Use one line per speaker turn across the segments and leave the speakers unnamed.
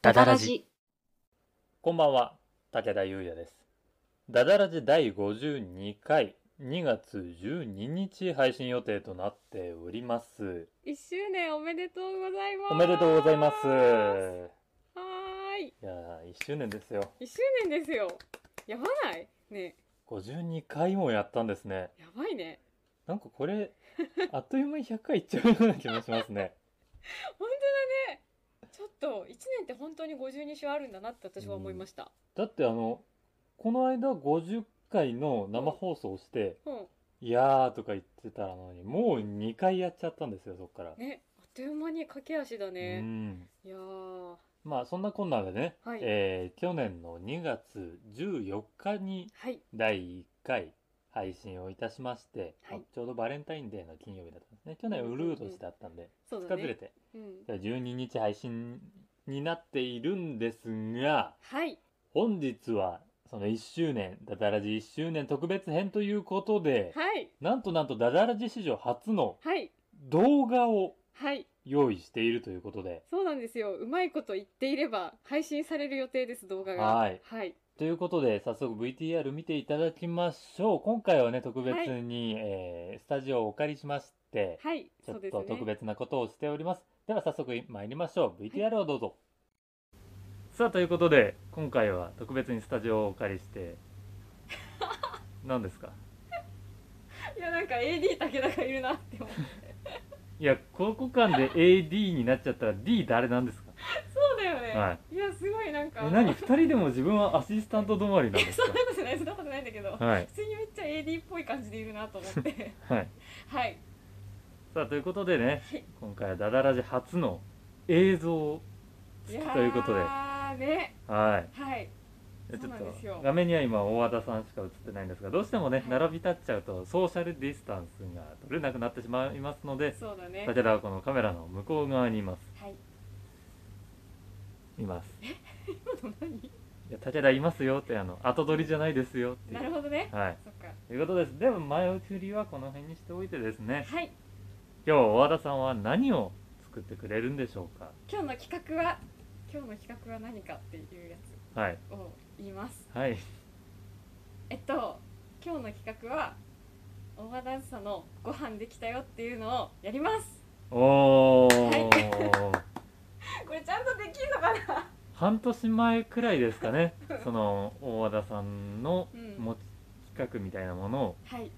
ダダラジ。
こんばんは、武田優也です。ダダラジ第52回、2月12日配信予定となっております。
一周年おめでとうございます。
おめでとうございます。
はいーい、
やー、1周年ですよ。
一周年ですよ。やばない。ね
52回もやったんですね。
え、やばいね。
なんか これ、あっという間に100回いっちゃうような気もしますね。
本当だね。ちょっと一年って本当に52週あるんだなって私は思いました。
だってあの、この間50回の生放送をして、
うん、
いやーとか言ってたのに、もう2回やっちゃったんですよ、そっから。
ね、あっという間に駆け足だ
う
ね。
ん。
いやー、
まあそんなこんなでね、
はい
えー去年の2月14日に
はい、
第1回配信をいたしまして、
はい
あちょうどバレンタインデーの金曜日だったんですね去年
う
ウ
んうんうん
ルー年だったんで、
そう
2
だ
日ずれ
ね。
て
うん、
じゃあ12日配信になっているんですが
はい、
本日はその1周年ダダラジ1周年特別編ということで、
はい、
なんとなんとダダラジ史上初の
はい、
動画を
はい、
用意しているということで
そうなんですよ。うまいこと言っていれば配信される予定です動画が。
はい
はい、
ということで早速 VTR 見ていただきましょう今回はね特別に、えースタジオをお借りしまして、
はい、
ちょ
そう
っ
です
と
ね。
特別なことをしておりますでは早速参りましょう VTR をどうぞ、さあということで今回は特別にスタジオをお借りして 何ですか
いやなんか AD 武田がいるなって思う。
いやここ間で AD になっちゃったら D 誰なんですか
そうだよね。、
はい
やすごいなんか。
え何2人でも自分はアシスタント止まりなんです
そんなことないそんなことないんだけど、
かはい
普通にめっちゃ AD っぽい感じでいるなと思って
はい
はい
さあということでね
はい
今回はダダラジ初の映像
いや
ということで
ーね
はい
はい
ちょっ
そうなんですよ
と画面には今大和田さんしか映ってないんですがどうしてもね、
はい
並び立っちゃうとソーシャルディスタンスが取れなくなってしまいますので
そうだね
武田はこのカメラの向こう側にいます
はい
いますい
今の何
や武田いますよってあの後取りじゃないですよってい
な
う
るほどね
はい
そっか
ということですでも前振りはこの辺にしておいてですね
はい
今日大和田さんは何を作ってくれるんでしょうか
今日の企画は今日の企画は何かっていうや
はい
つを言います
はい
えっと今日の企画は大和ダンサのご飯できたよっていうのをやります
おお、
これちゃんとできんのかな
半年前くらいですか ねその大和田さんの
うん
持ち企画みたいなものを
はい、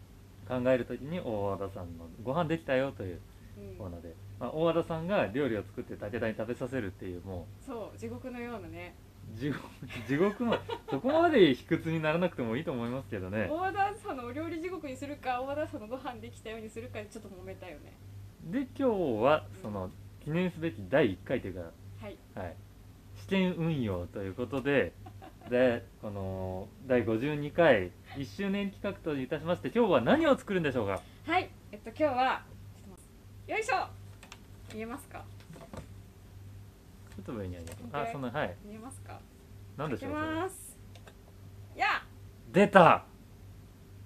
考えるときに大和田さんの「ご飯できたよ」という
うん
コーナーで、まあ、大和田さんが料理を作って武田に食べさせるっていうも
そう地獄のようなね
う 地獄地獄のそこまで卑屈にならなくてもいいと思いますけど ね
大和田さんのお料理地獄にするか大和田さんのご飯できたようにするかでちょっと揉めたよね
で今日はその記念すべき第1回という
はい
か、はい、試験運用ということで でこの第52回1周年企画といたしまして今日は何を作るんでしょうか
はいえっと今日はちょっと待ってよいしょ見えますか
ちょっと上にあります
オッケ
あ
ー
そのはい
見えますか
何でし
開け
ょうそれ
ますいや
出た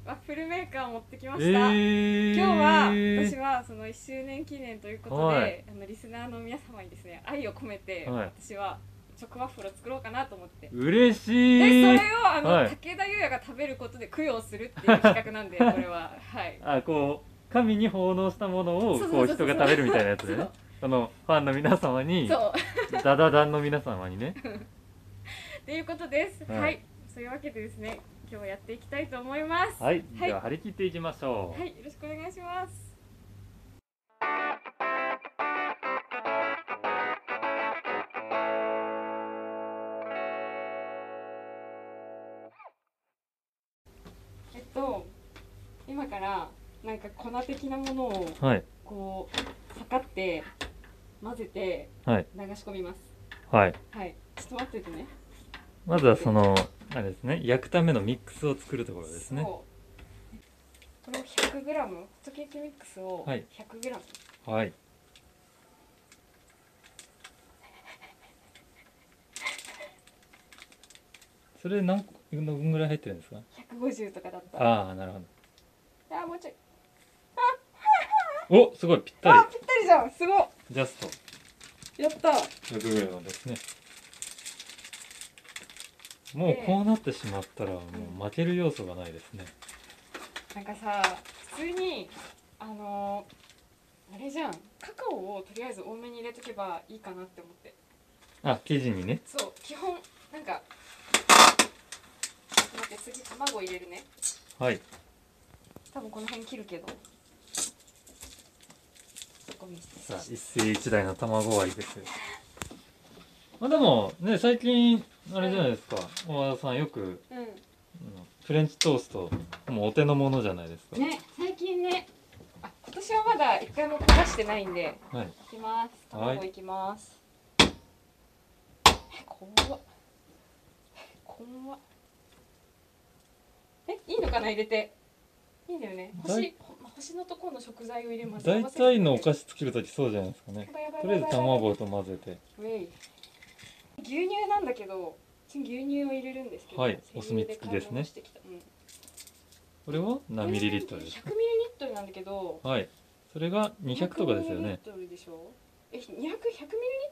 ワッフルメーカーを持ってきま
え
した、
ー、
今日は私はその1周年記念ということで、
はい
あのリスナーの皆様にですね愛を込めて、
はい
私はチョコワッフルを作ろうかなと思って
嬉
で
しい
それをあの、
はい
武田優也が食べることで供養するっていう企画なんでこれは はい
あこう神に奉納したものを
そう
こ
そううそう
人
そう
が食べるみたいなやつで
そ
ね
う
そのファンの皆様に
そう
ダダダンの皆様にね
っていうことです。
はい
はい、そういうわけでですね、今日はやっていきたいと思います。
はい、
はい、
では
は
張り切っていきましょう、
い、よろしくお願いします。えっと、今から、なんか粉的なものを、
はい
こう、測って、混ぜて、
はい
流し込みます。
はい
はい、ちょっと待っててね。
まずはそのあれですね焼くためのミックスを作るところですね
そうこれを 100g ホットケーキミックスを
は
100g
い、はいそれ何個どのぐらい入ってるんですか
150とかだったあ
ああなるほ
ーもうちょい
どおすごいぴったり
あぴったりじゃんすごっ
ジャスト
やった
100グラムですねもうこうなってしまったらもう負ける要素がないですね、
なんかさ普通にあのあれじゃんカカオをとりあえず多めに入れとけばいいかなって思って
あ生地にね
そう基本なんか待って次卵入れるね
はい
多分この辺切るけどゴミ
さあ一世一代の卵割りですまあでもね最近あれじゃないですか大和田さんよく
う
あのフレンチトーストもうお手の物じゃないですか、
んね最近ねあ今年はまだ一回も焦がしてないんで
はい
いきます
はい
卵いきます、え怖っ怖っえいいのかな入れていいんだよね
だ
星
い
星のところの食材を入れます
大体のお
し
菓子作る時そうじゃないですかねとりあえず卵と混ぜて
ウェイ牛乳なんだけどうち牛乳を入れるんですけど
はい
牛乳
お墨付きですね
買い物してきたうん
これは何ミリリットル
100
で
ミリ
すか
リットルなんだけど
はいそれが200とかですよ
ミリリッ
ね
トルでしょえ200 100ミリリッ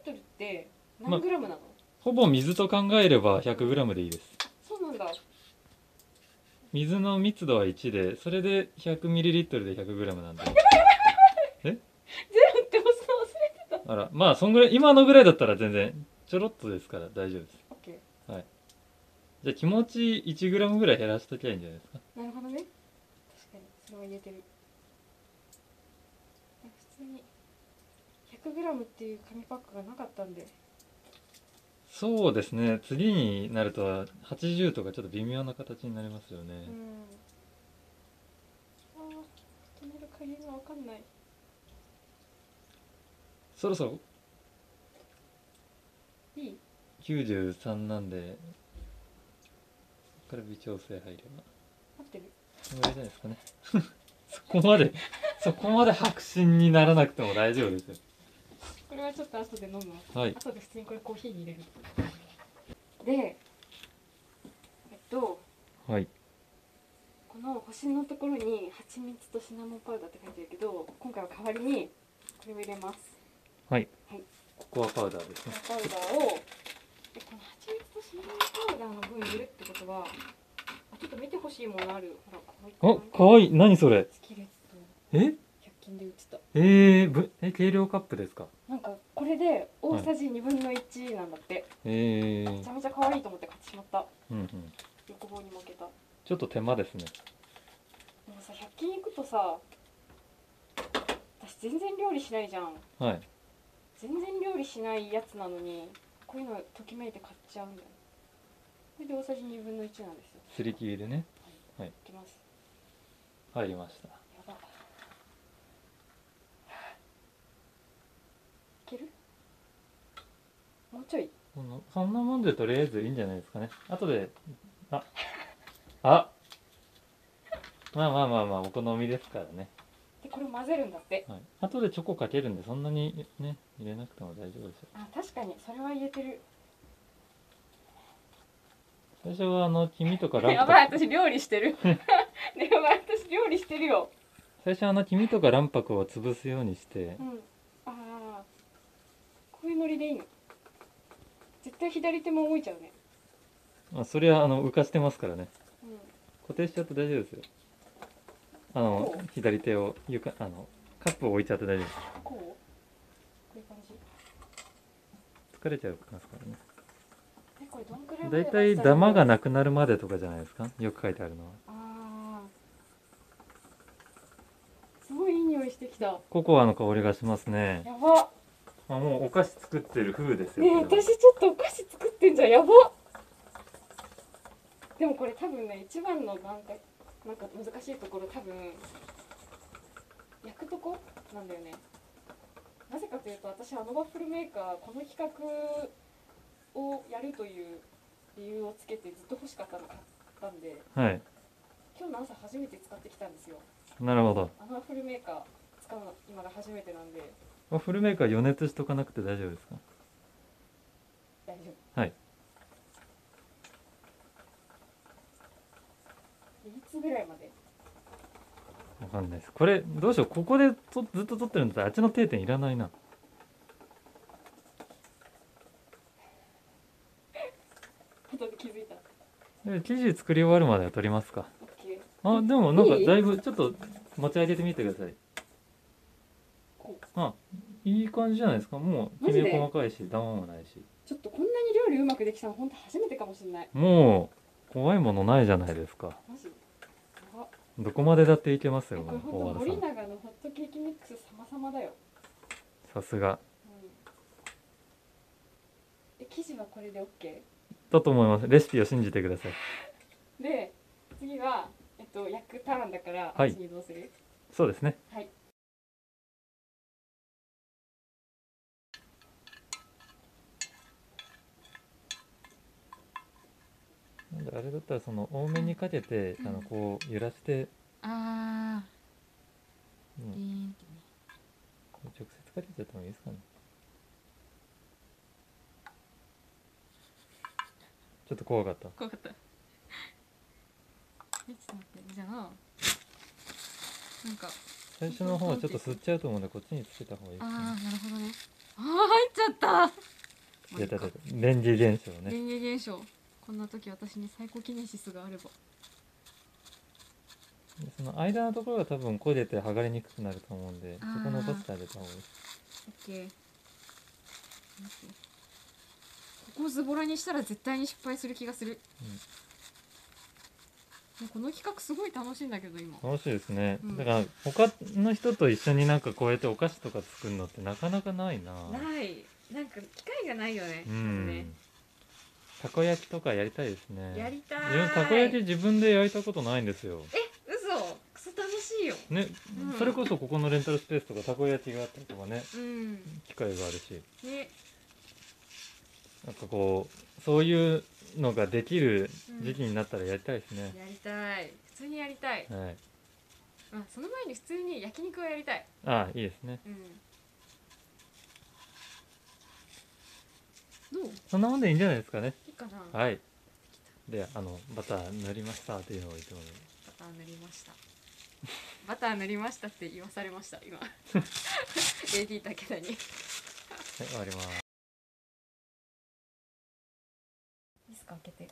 トルって何グラムなの、
ほぼ水と考えれば 100g でいいです
そうなんだ
水の密度は1でそれで 100ml で 100g なんで
ゼロって押すの忘れ
あらまあそんぐらい今のぐらいだったら全然ちょろっとですから大丈夫です
オッケ
じゃあ気持ち 1g ぐらい減らしときゃいいんじゃないですか
ーなるほどね確かにそれは言えてるなんか普通に 100g っていう紙パックがなかったんで
そうですね次になると80とかちょっと微妙な形になりますよね、
うんあー止める加減が分かんない
そろそろ
いい
93なんでこれ微調整入れば
合ってる
そんぐらいじゃないですかね そこまでそこまで白真にならなくても大丈夫ですよ
これはちょっと後で飲むわ
はい
後で普通にこれコーヒーに入れるでえっと
はい
この星のところに蜂蜜とシナモンパウダーって書いてるけど今回は代わりにこれを入れます
はい
はい
ココアパウダーですね
パウダーをでこの蜂蜜とシナモンパウダーの分入れるってことはあちょっと見てほしいものあるほらこうい
あ、かわいい。何それ。
スキレット
え、
100均で売ってた
えー、ぶ、え、軽量カップですか。
なんかこれで大さじ2分の1なんだって、
え
めち
ー、
ゃめちゃ可愛いと思って買ってしまった
うんうん。
横棒に負けた
ちょっと手間ですね。
でもさ100均行くとさ私全然料理しないじゃん
はい。
全然料理しないやつなのにこういうのときめいて買っちゃうんだよこれで大さじ2分の1なんですよ
すり切りでね。はい
いきます
入りました。
やばいけるもうちょい
この、そんなもんでとりあえずいいんじゃないですかね。後で、あ、あ。まあまあまあまあ、お好みですからね。
でこれ混ぜるんだって
はい。後でチョコかけるんで、そんなにね、入れなくても大丈夫ですよ。
あ確かにそれは言えてる
最初はあの、黄身とかラン
や
プ
ばい
とか。
私料理してる ねやばい私料理してるよ
最初はあの、黄身とか卵白を潰すようにして
う。んああこういうノリでいいの絶対左手も動いちゃうね
まあ、それはあの、浮かしてますからね。
うん
固定しちゃって大丈夫ですよあの
こ
左手を床あのカップを置いちゃって大丈夫で
こうこういう感じ
す疲れちゃいますからね
えこれどんくらいまで
大体ダマがなくなるまでとかじゃないですかよく書いてあるのは
あーすごいいい匂いしてきたや
ココアの香りがしますね
ば
あもうお菓子作ってる風ですよ
ねえ
これは
私ちょっとお菓子作ってんじゃんやばでもこれ多分ね一番のなんかなんか難しいところ多分焼くとこなんだよねなぜかというと私あのワッフルメーカーこの企画をやるという理由をつけてずっと欲しかったの買ったんで
はい
今日の朝初めて使ってきたんですよ
なるほど
あのワッフルメーカー使うの今が初めてなんで
ワッフルメーカー予熱しとかなくて大丈夫ですか
大丈夫
はい
いつぐらいまで
わかんないですこれどうしようここでとずっと撮ってるんだったらあっちの定点いらないな
ことで気づいた。
で生地作り終わるまでは取りますか
OK。
あでもなんか
いい
だいぶちょっと持ち上げてみてください
こう
あいい感じじゃないですかもう
マ
き
ジで
め細かいしダマもないし
ちょっとこんなに料理うまくできたの本当初めてかもしれない。
もう怖いものないじゃないですか
マジ。やば
どこまでだっていけます
え
よ
これ
大
本当
和さ
森
ん
永のホットケーキミックス様々だよ。
さすが
うんで生地はこれで OK
だと思いますレシピを信じてください
で次は、えっと、焼くターンだから、
はい
あっちに移動する
そうですね
はい
なんであれだったらその多めにかけて
うん
あのこう揺らして、
あ
うん
ーリーンってね
直接かけちゃってもいいですかねちょっと怖かった
怖かったえちょっと待ってじゃあなんか
最初の方はちょっと吸っちゃうと思うんでこっちにつけた方がいいですね
ああなるほどねああ入っちゃったまあ
いやだ
いっ
だ
か
だレンジ現象ね
電流現象こんな時私に最高キネシスがあれば
でその間のところが多分焦げて剥がれにくくなると思うんで
あー
そこ残してあげた方がいいです
オッケーオッケーここをズボラにしたら絶対に失敗する気がする、
うん
もうこの企画すごい楽しいんだけど今
楽しいですね、
うん
だから他の人と一緒になんかこうやってお菓子とか作るのってなかなかないな
ないなんか機会がないよね
うん、たこ焼きとかやりたいですね
りた
自分たこ焼き自分で焼いたことないんですよ
嘘クソ楽しいよ
ね、
うん
それこそここのレンタルスペースとかたこ焼きがあったりとかね
うん
機会があるし
ね
なんかこうそういうのができる
うん
時期になったらやりたいですね、
やりたい普通にやりたい、
はい
まあ、その前に普通に焼肉をやりたい
ああいいですね
うんどう
そんなもんでいいんじゃないですかね
いいかなバ
はいであのバター塗りましたっていうのをいつもね
ター塗りましたバター塗りましたって言わされました 今 AD だけだにいい
はい終わります
ですか開けていい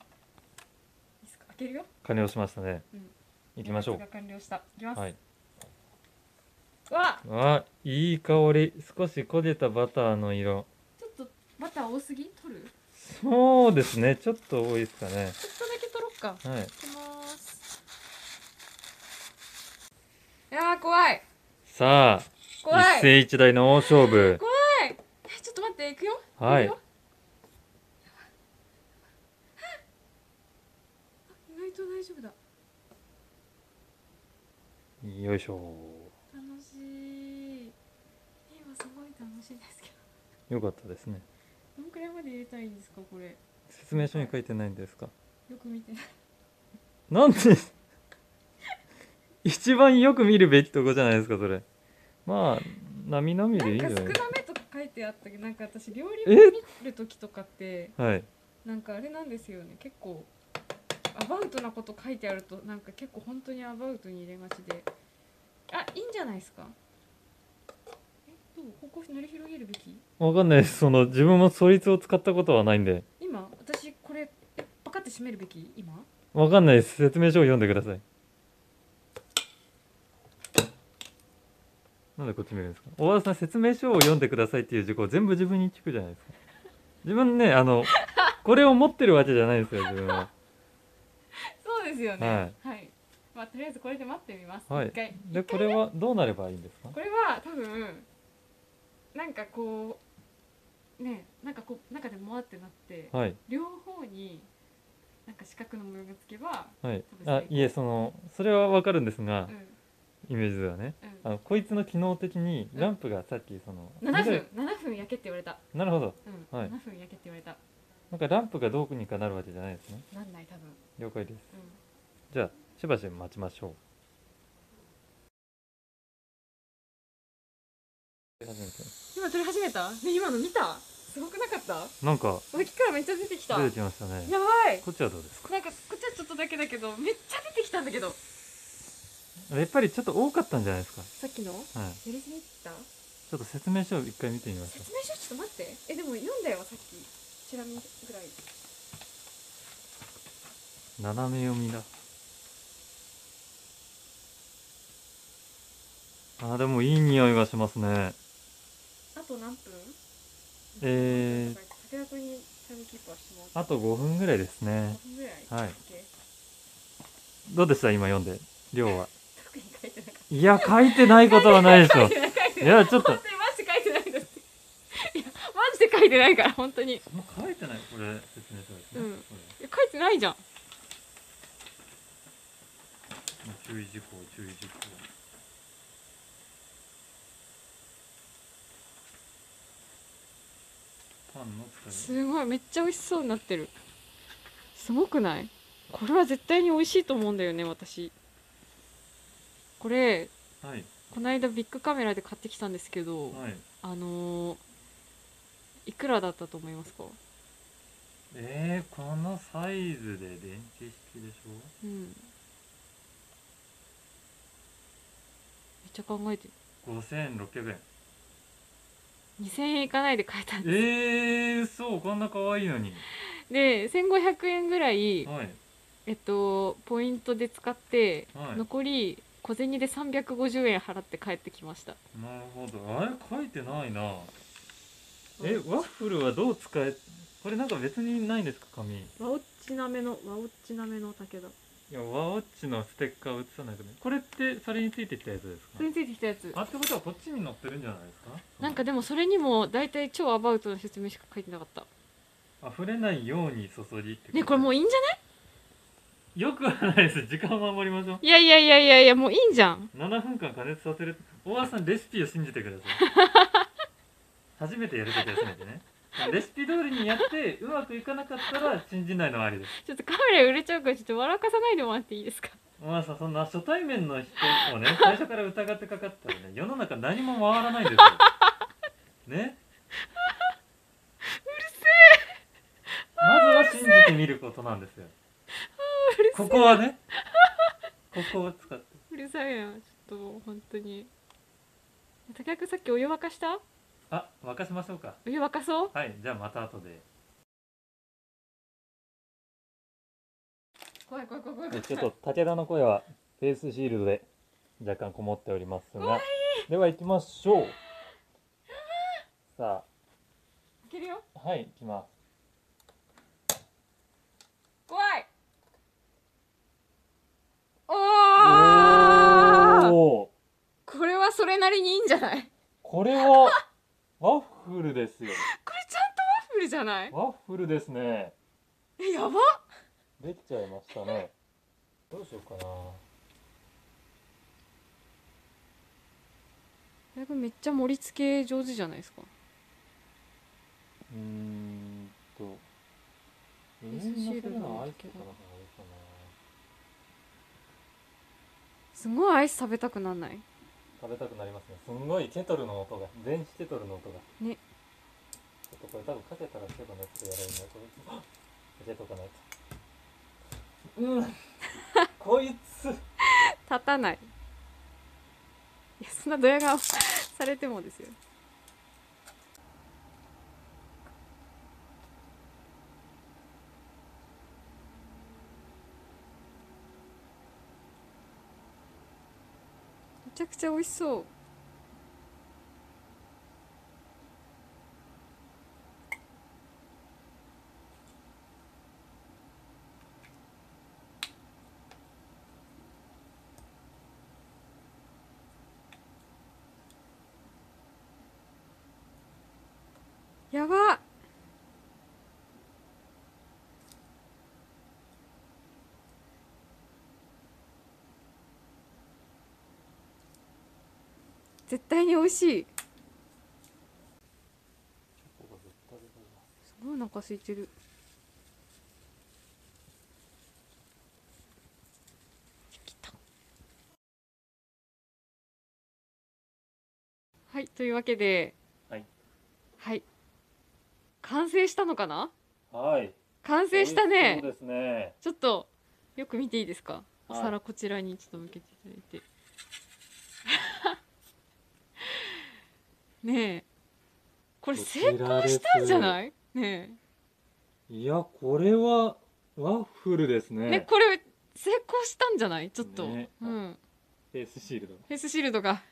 ですか開けるよ
完了しましたね、
うん
行きましょ
予約が完了したいきます、
うはい
わあ
あいい香り少し焦げたバターの色
ちょっとバター多すぎ取るちょ
そうですねちょっと多いですかね
っとだけ取ろっか
はい
いきますいやー怖い
さあ
怖い
一世一代の大勝負
えちょっと待って行くよ
はい
行くよやばいあ意外と大丈夫だ
よいしょ
楽しい今すごい楽しいですけ
よかったですね
どどんくらいまで入れたらいいんですかこれ
説明書に書いてないんですか
よく見てない
なんで一番よく見るべきとこじゃないですかそれまあなみなみでいいんじ
な
ゃ
んか
な
少
い
な
です
めとか書いてあったけどなんか私料理
え
見る時とかって
かはい
なんかあれなんですよね結構アバウトなこと書いてあるとなんか結構本当にアバウトに入れがちであいいんじゃないですかえどうここ塗り広げるべき
わかんないですその自分もそいつを使ったことはないんで
今私これえパカって閉めるべき今
わかんないです説明書を読んでくださいなんでこっち見るんですか小原さん説明書を読んでくださいっていう事項全部自分に聞くじゃないですか自分ねあのこれを持ってるわけじゃないんですよ自分は
そうですよ
ね
はい、まあとりあえずこれで待ってみます、
はい
一回
でこれはどうなればいいんですか
これは多分なんかこうねなんかこう中でもわってなって
はい
両方になんか四角の模様がつけば
はい
そうですね
あいえそのそれはわかるんですが
うん
イメージではね
う
あ
ん
のこいつの機能的に
うん
ランプがさっきその
7
緑
分7分焼けって言われた、
なるほど
うん
はい
7分焼けって言われた
なんかランプがどうにかなるわけじゃないですね
なんない多分、
了解です
うん、
じゃあしばし待ちましょう初めて
今撮り始めたね今の見たすごくなかった
なんか
脇からめっちゃ出てきたや
出
ば
てきましたね
い
こっちはどうですか
なんかこっちはちょっとだけだけどめっちゃ出てきたんだけど
やっぱりちょっと多かったんじゃないですか、
さっきのや
はい、
りすぎた
ちょっと説明書を一回見てみましょ
説明書ちょっと待ってえでも読んだよさっきちなみにぐらい
斜め読みだあーでもいい匂いがしますね
あと何分
えー、
武田君にタイムキーパーしてもらって
あと5分ぐらいですね
5分ぐらい
はい
OK
どうでした今読んで量は
特に書いてなかっ
いや書いてないことはないでした
書
ょ
いてない書いて
い
ない
やちょっと
本当にマジで書いてないですいやマジで書いてないから本当に
書いてないこれ説明書です
ねうんいや書いてないじゃん
注意事項注意事項パンの使い
すごいめっちゃ美味しそうになってるすごくないこれは絶対に美味しいと思うんだよね私これ
はい
この間ビッグカメラで買ってきたんですけど、
はい
あのーいくらだったと思いますか
えー、このサイズで電池式でしょ
うんめっちゃ考えてる
5600円
2000円いかないで買えたんで
えー、そうこんな可愛いのに
で1500円ぐらい
はい
えっとポイントで使って、
はい
残り小銭で350円払って帰ってきました
なるほどあれ書いてないなえワッフルはどう使えこれなんか別にないんですか紙い
ワオッチなめのワオッチなめの竹だ
やワオッチのステッカー写さないとねこれってそれについてきたやつですか
それについてきたやつ
あってことはこっちに載ってるんじゃないですか
なんかでもそれにも大体超アバウトの説明しか書いてなかった
溢れないように注ぎってと
ねこれもういいんじゃない
よくはないです時間を守りましょう
いやいやいやいやいやもういいんじゃん
7分間加熱させる大橋さんレシピを信じて ください初めてやるときはしないでねレシピ通りにやってうまくいかなかったら信じないのはありです
ちょっとカメラ売れちゃうからちょっと笑かさないでもらっていいで すか
大橋さんそんな初対面の人をね 最初から疑ってかかったらね世の中何も回らないですよねうるせえまずは信じてみることなんですよここはねここを使って
うるさいなちょっともう本当に竹谷君さっきお湯沸かした
あ沸かしましょうか
お湯沸かそう
はいじゃあまた後で
怖い怖い怖い怖い
でちょっと武田の声はフェイスシールドで若干こもっておりますがでは行きましょうさ
開けるよ
あはい行きます
怖いおー
おー
これはそれなりにいいんじゃない
これはワッフルですよ
これちゃんとワッフルじゃない
ワッフルですね
えやば
できちゃいましたねどうしようかな
竹谷めっちゃ盛り付け上手じゃないですか
うーんとみ
フェイスシールド
んなそれの
の
アイ
付
スと
け
か
方
なんかあるかな
すごいアイス食べたくなんない
食べたくなりますねすんごいケトルの音が電子ケトルの音が
ね
ちょっとこれ多分かけたら手がなくてやられるんだこれかけとかないとうんこい つ
立たないいやそんなドヤ顔 されてもですよめちゃくちゃ美味しそうやば絶対に美味しいすごいお腹空いてる来たはいというわけで
はい
はい完成したのかな
はい
完成したね
そうですね
ちょっとよく見ていいですか、
はい
お皿こちらにちょっと向けていただい てねえこれ成功したんじゃないね
いやこれはワッフルですね
ねこれ成功したんじゃないちょっと、
ね
うん、
フェイスシールド
フェイスシールドが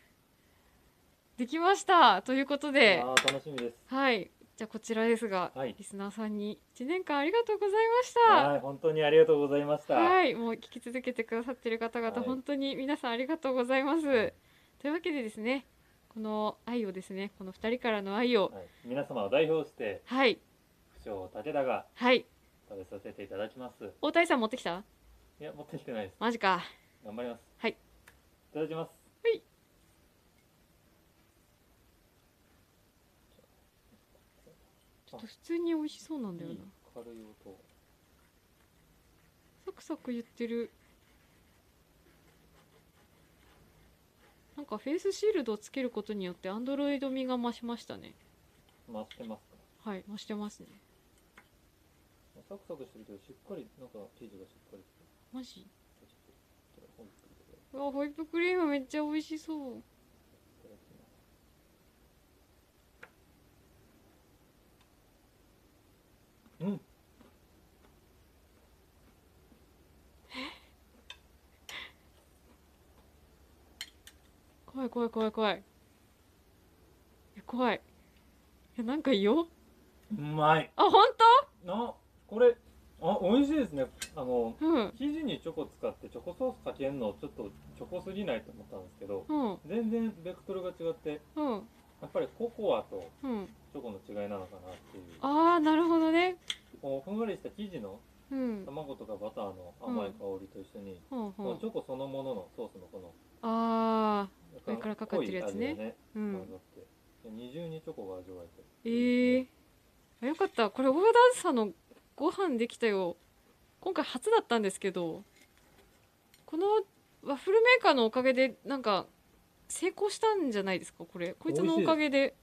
できましたということで
あー楽しみです
はいじゃあこちらですが、
はい
リスナーさんに1年間ありがとうございまし
はい本当にありがとうございましたた
はいもう聞き続けてくださってる方々、
はい
本当に皆さんありがとうございますというわけでですねこの愛をですねこの2人からの愛を
はい皆様を代表して
はい
不将武田が
はい
食べさせていただきます
大谷さん持ってきた
いや持ってきてないです
マジか
頑張ります
はい
いただきます
はいちょっと普通に美味しそうなんだよ
い
ない
軽い音
サクサク言ってるなんかフェイスシールドをつけることによってアンドロイド味が増しましたね
回ってますね
はい増してますね
サクサクしてるけどしっかりなんか生地がしっかりしてる
マジ
ちょっとちょっと本当にいう
わホイップクリームめっちゃ美味しそう
ただきますうん
怖い怖い怖い怖いいや怖いいやなんかいいよ
うまい
あ本
なこれあ美味しいですねあの
当うん
生地にチョコ使ってチョコソースかけるのちょっとチョコすぎないと思ったんですけど
うん
全然ベクトルが違って
うん
やっぱりココアと
うん
チョコの違いなのかなっていう
ああなるほどね
こうふんわりした生地の
うん
卵とかバターの甘い香りと一緒に、
ほん
こ
ほ
の
ん
チョコそのもののソースのこの
ああ
やっぱ
上からかかってるやつね
濃い味がね
う
混
ん
ざってで二重にチョコが味わえて
ええあよかったこれオーダーズさんのご飯できたよ今回初だったんですけどこのワッフルメーカーのおかげでなんか成功したんじゃないですかこれこいつのおかげで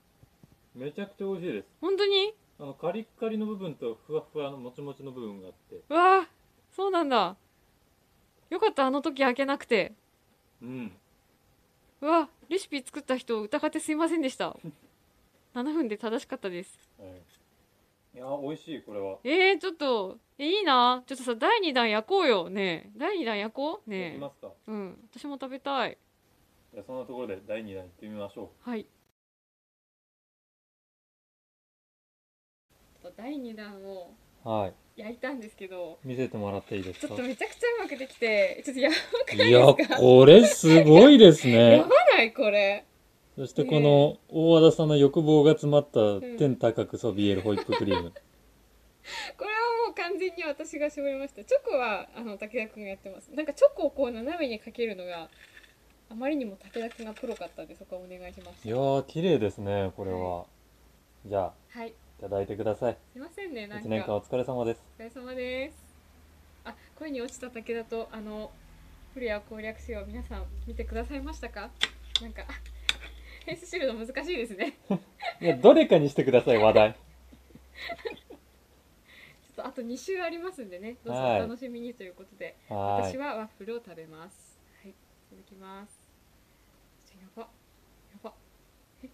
めちゃくちゃ美味しいです
本当に
あのカリッカリの部分とふわふわのもちもちの部分があって
うわあそうなんだよかったあの時開けなくて
うん
うわあレシピ作った人疑ってすいませんでした7分で正しかったです
はい、いや美味しいこれは、
えー、ちょっとえいいなちょっとさ第2弾焼こうよねえ第2弾焼こう
い
ね
き
え
ますか
うん、私も食べたい。
じゃあそんなところで第2弾いってみましょ
はい。
第2弾を
うはい
焼いたんですけど
見せてもらっていいです
ちょっとめちゃくちゃうまくできてちょっとや
いやこれすごいですね
やばないこれ
そしてこの大和田さんの欲望が詰まった
ん
天高くそびえるホイップクリー ム
これはもう完全に私が絞りましたチョコはあの武田君がやってますなんかチョコをこう斜めにかけるのがあまりにも武田君がプロかったんでそこはお願いしま
い
す
やー綺麗ですねこれは、じゃあ
はい
いただいてください
すいませんねなん
1
か
年間お疲れ様です
お疲れ様ですあ恋に落ちた武田とあのフレア攻略しよう皆さん見てくださいましたかなんかあフェイスシールド難しいですね
いやどれかにしてください話題
ちょっとあと2週ありますんでねどうぞ
は
お
い
楽しみにということで、
は
私
い
はワッフルを食べますはいいただきますちょやばやばえ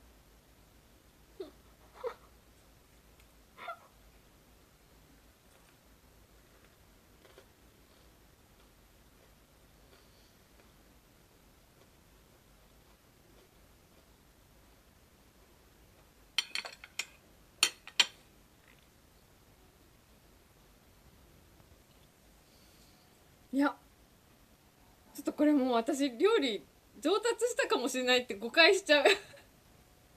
いやちょっとこれもう私料理上達したかもしれないって誤解しちゃう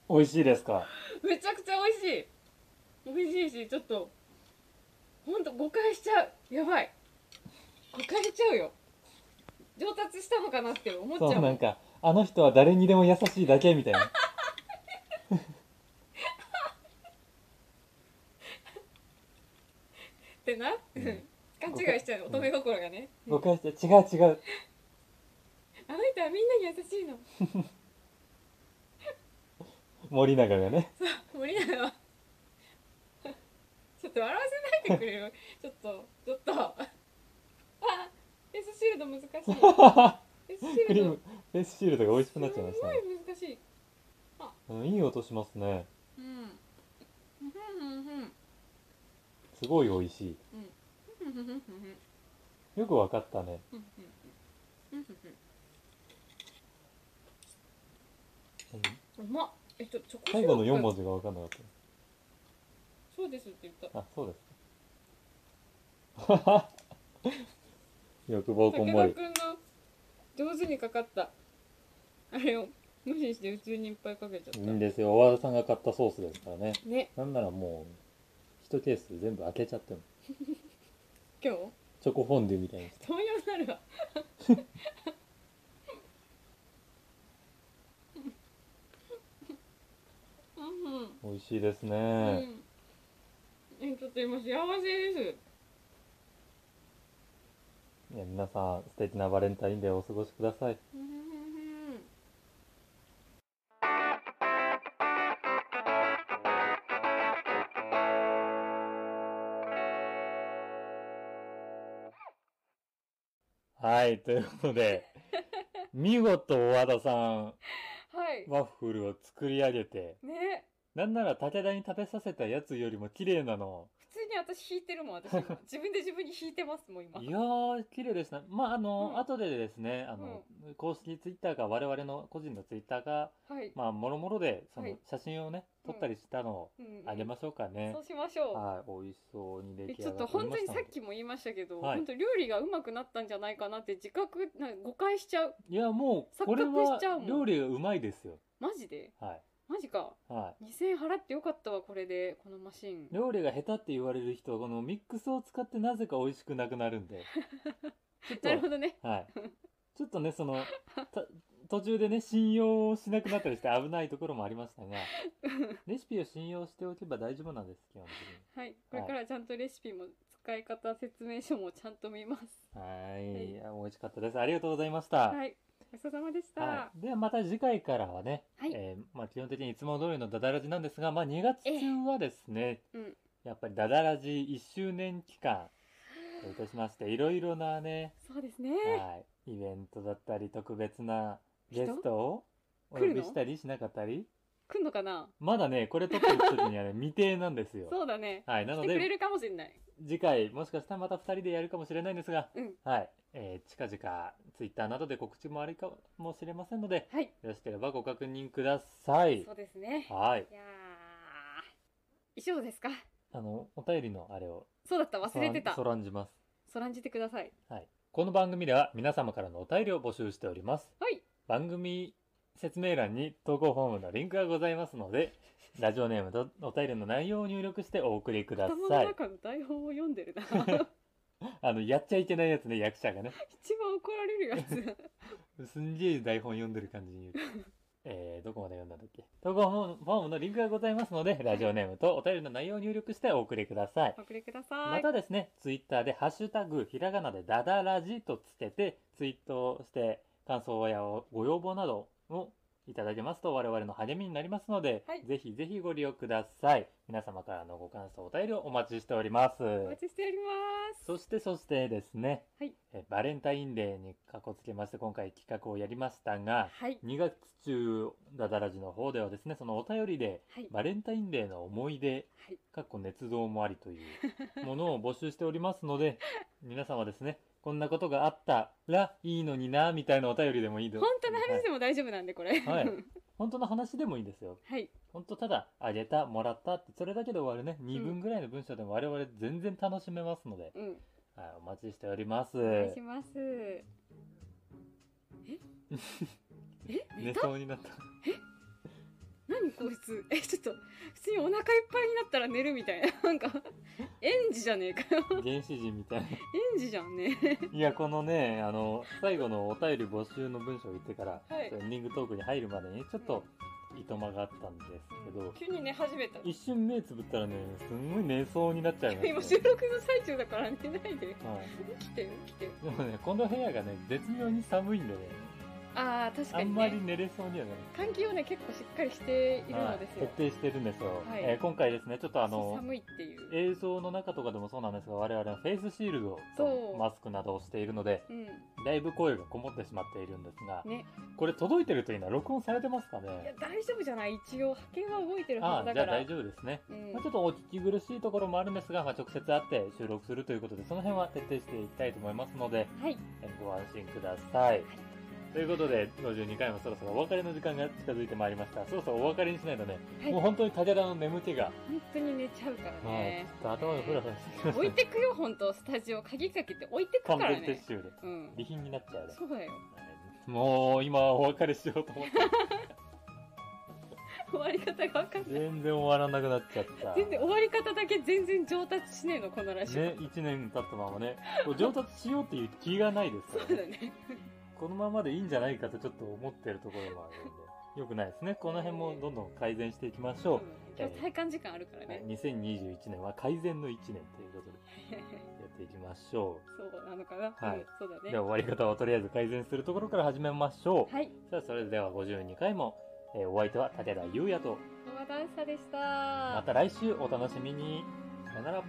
美味しいですか
めちゃくちゃ美味しい美味しいしちょっとほんと誤解しちゃうやばい誤解しちゃうよ上達したのかなって思っちゃう
そうなんかあの人は誰にでも優しいだけみたいな
ってな、
うん
勘違いしちゃう乙女心がね、
誤解して違う違う
あの人はみんなに優しいの
森永がね
森永は ちょっと笑わせないでくれるちょっとちょっとあフェイスシールド難しい フェイスシ
ク
ー
リー
ルド
ムフェイスシールドが美味しくなっちゃいまし
す
た
ご
ね
い難しい
うんいい音しますね
うんうんうんうん
すごい美味しい
うんうん
よくわかったねうん
うまっえっとチョコシロップ
最後の4文字がわかんなかっ
そうですって言った
たあそうですか欲望こんも
武
り
田君の上手にかかったあれを無視して普通にいっぱいかけちゃった
いいんですよ小和田さんが買ったソースですからね
ね
なんならもう1ケース全部開けちゃっても
今日
チョコフォンデュみたいに
そういうなるわうんうん
美味しいですね、
うんえちょっと今幸せです
いや皆さん素敵なバレンタインデーをお過ごしください
うん
はいということで見事小和田さん
はい
ワッフルを作り上げて
ね
なんなら武田に食べさせたやつよりも綺麗なの
普通に私引いてるもん私今 自分で自分に引いてますもん今
いやー綺麗ですねまああの、
うん
後でですねあの、公式ツイッターが我々の個人のツイッターが
はい、
まあもろもろでそ
は
の
い
写真をね、撮ったりしたのを
うんうん
あげましょうかね
そ、うしましょう
はい美味しそうに出来
え
上
ちょっ
が
と
っており
本
ま
当
し
に
た
さ
ので
っきも言いましたけど、
はい
本当料理がうまくなったんじゃないかなって自覚なんか誤解しちゃう
いやもうこれ
錯覚
は
しちゃうもん
料理がうまいですよ
マジで
はい
マジか
はい
2000円払ってよかったわこれでこのマシン
料理が下手って言われる人はこのミックスを使ってなぜか美味しくなくなるん でちょっと
なるほどね
はいちょっとねそのた途中でね信用しなくなったりして危ないところもありましたがレシピを信用しておけば大丈夫なんです基本的
はいこれからちゃんとレシピも使い方説明書もちゃんと見ます
にはい
はい
いや美味しかったですありがとうございました、
はいごちそうさまでした、
はいではまた次回からはね、
はい
えーまあ、基本的にいつも通りのダダラジなんですが、まあ、2月中はですね、
ええうん
やっぱりダダラジ1周年期間といたしましていろいろなね
そうですね
はい、イベントだったり特別なゲストをお
来
呼
る
び
の
したりしなかったり
来んのかな
まだねこれ撮ってる時に はね未定なんですよ
そうだね
はいな
来
の
てくれ
で
るかもしれない
次回もしかしたらまた2人でやるかもしれないんですが、
うん
はい、えー近々 Twitter などで告知もあるかもしれませんので
はい、
よろしければご確認ください
そうですね
はい
いやー以上ですか
あのお便りのあれを
そうだった忘れてた
そらんそらんじます
そらんじてください
はいこの番組では皆様からのお便りを募集しております
はい
番組説明欄に投稿フォームのリンクがございますの でラジオネームとお便りの内容を入力してお送りくだ
頭
さ
の
い
中の台本を読んでるな 一番
あのやっちゃいけないやつね役者がね
怒られるやつ
すんげえ台本読んでる感じに言う えー、どこまで読んだんだっけ投稿フォームフォームのリンクがございますのでラジオネームとお便りの内容を入力してお送りください
お送りくださ
ま
い
たですねツイッターで「ハッシュタグひらがなでダダラジ」とつけてツイートして感想やご要望などをいただけますと我々の励みになりますので、
はい
ぜひぜひご利用ください皆様からのご感想お便りをお待ちしております
お待ちしております
そしてそしてですね、
はい
えバレンタインデーにかこつけまして今回企画をやりましたが
はい
2月中ダダラジの方ではですねそのお便りで
はい
バレンタインデーの思い出
はい
かっこ捏造もありというものを募集しておりますので 皆様ですねこんなことがあったらいいのになみたいなお便りでもいいです
本当の話でも大丈夫なんでこれ
はい
は
本当の話でもいいですよ
い
本当ただあげたもらったってそれだけで終わるね2分ぐらいの文章でも我々全然楽しめますので、
うん
はい、お待ちしております
お願いします ええ
寝
寝た
そうになった
何こいつえちょっと普通にお腹いっぱいになったら寝るみたいななんか園児じゃねえかよ
原始人みたい
園児じゃんね
ないやこのねあの最後のお便り募集の文章を言ってから、
はい
エンディングトークに入るまでにちょっといとまがあったんですけど、
急に寝始めた
一瞬目つぶったらねすんごい寝そうになっちゃいます
今収録の最中だから寝ないで
はい、
起きて起きて
でもねこの部屋がね絶妙に寒いんでね
ああ確
あ
か
ん
に
まり
ね
寝れそうにはな
換気をね結構しっかりしている
らな
の
い
ですよ
徹底してるんですよ、
はい
えー今回ですねちょっとあの
寒いっていう、
映像の中とかでもそうなんですが我々はフェイスシールド
そ
と
う
マスクなどをしているので
うん、
だいぶ声がこもってしまっているんですが、
ね
これ届いてるというのは録音されてますか
いや
ね
大丈夫じゃない一応波形は動いてるは
あ
ず
あ
だ
じゃ
か
あ
ら
大丈夫ですね、
うん
まあ、ちょっとお聞き苦しいところもあるんですが、まあ、直接会って収録するということでその辺は徹底していきたいと思いますので
はい
えーご安心ください、ということで52回もそろそろお別れの時間が近づいてまいりましたそろそろお別れにしないとね、
はい
もう本当に武田の眠気が、
本当に寝ちゃうから
はい
ね、
ちょっと頭がフラフラしてきました
置いてくよ本当スタジオ鍵かけて置いてくか
完
ら
全
ね
撤収で
うん
備品になっちゃうね
そうだよ
もう今お別れしようと思って
終わり方が分かんない
全然終わらなくなっちゃった
全然終わり方だけ全然上達しねえのこのラジオ、
ね、1年経ったままねこう上達しようっていう気がないですから
そう
ね
だね
このままでいいんじゃないかとちょっと思ってるところもあるんでよくないですねこの辺もどんどん改善していきましょ
今日体感時間あるから
う、はい
ね、
2021年は改善の1年ということで やっていきましょ
そうなのかな、
はい
うんそうだ
う
ね
では終わり方をとりあえず改善するところから始めましょう、
はい
さあそれでは52回も、えーお相手は武田優也と
小和田んさでした
また来週お楽しみにさよなら
おや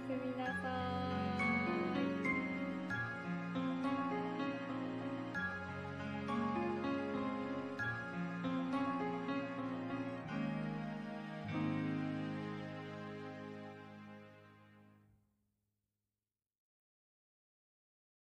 すみなさい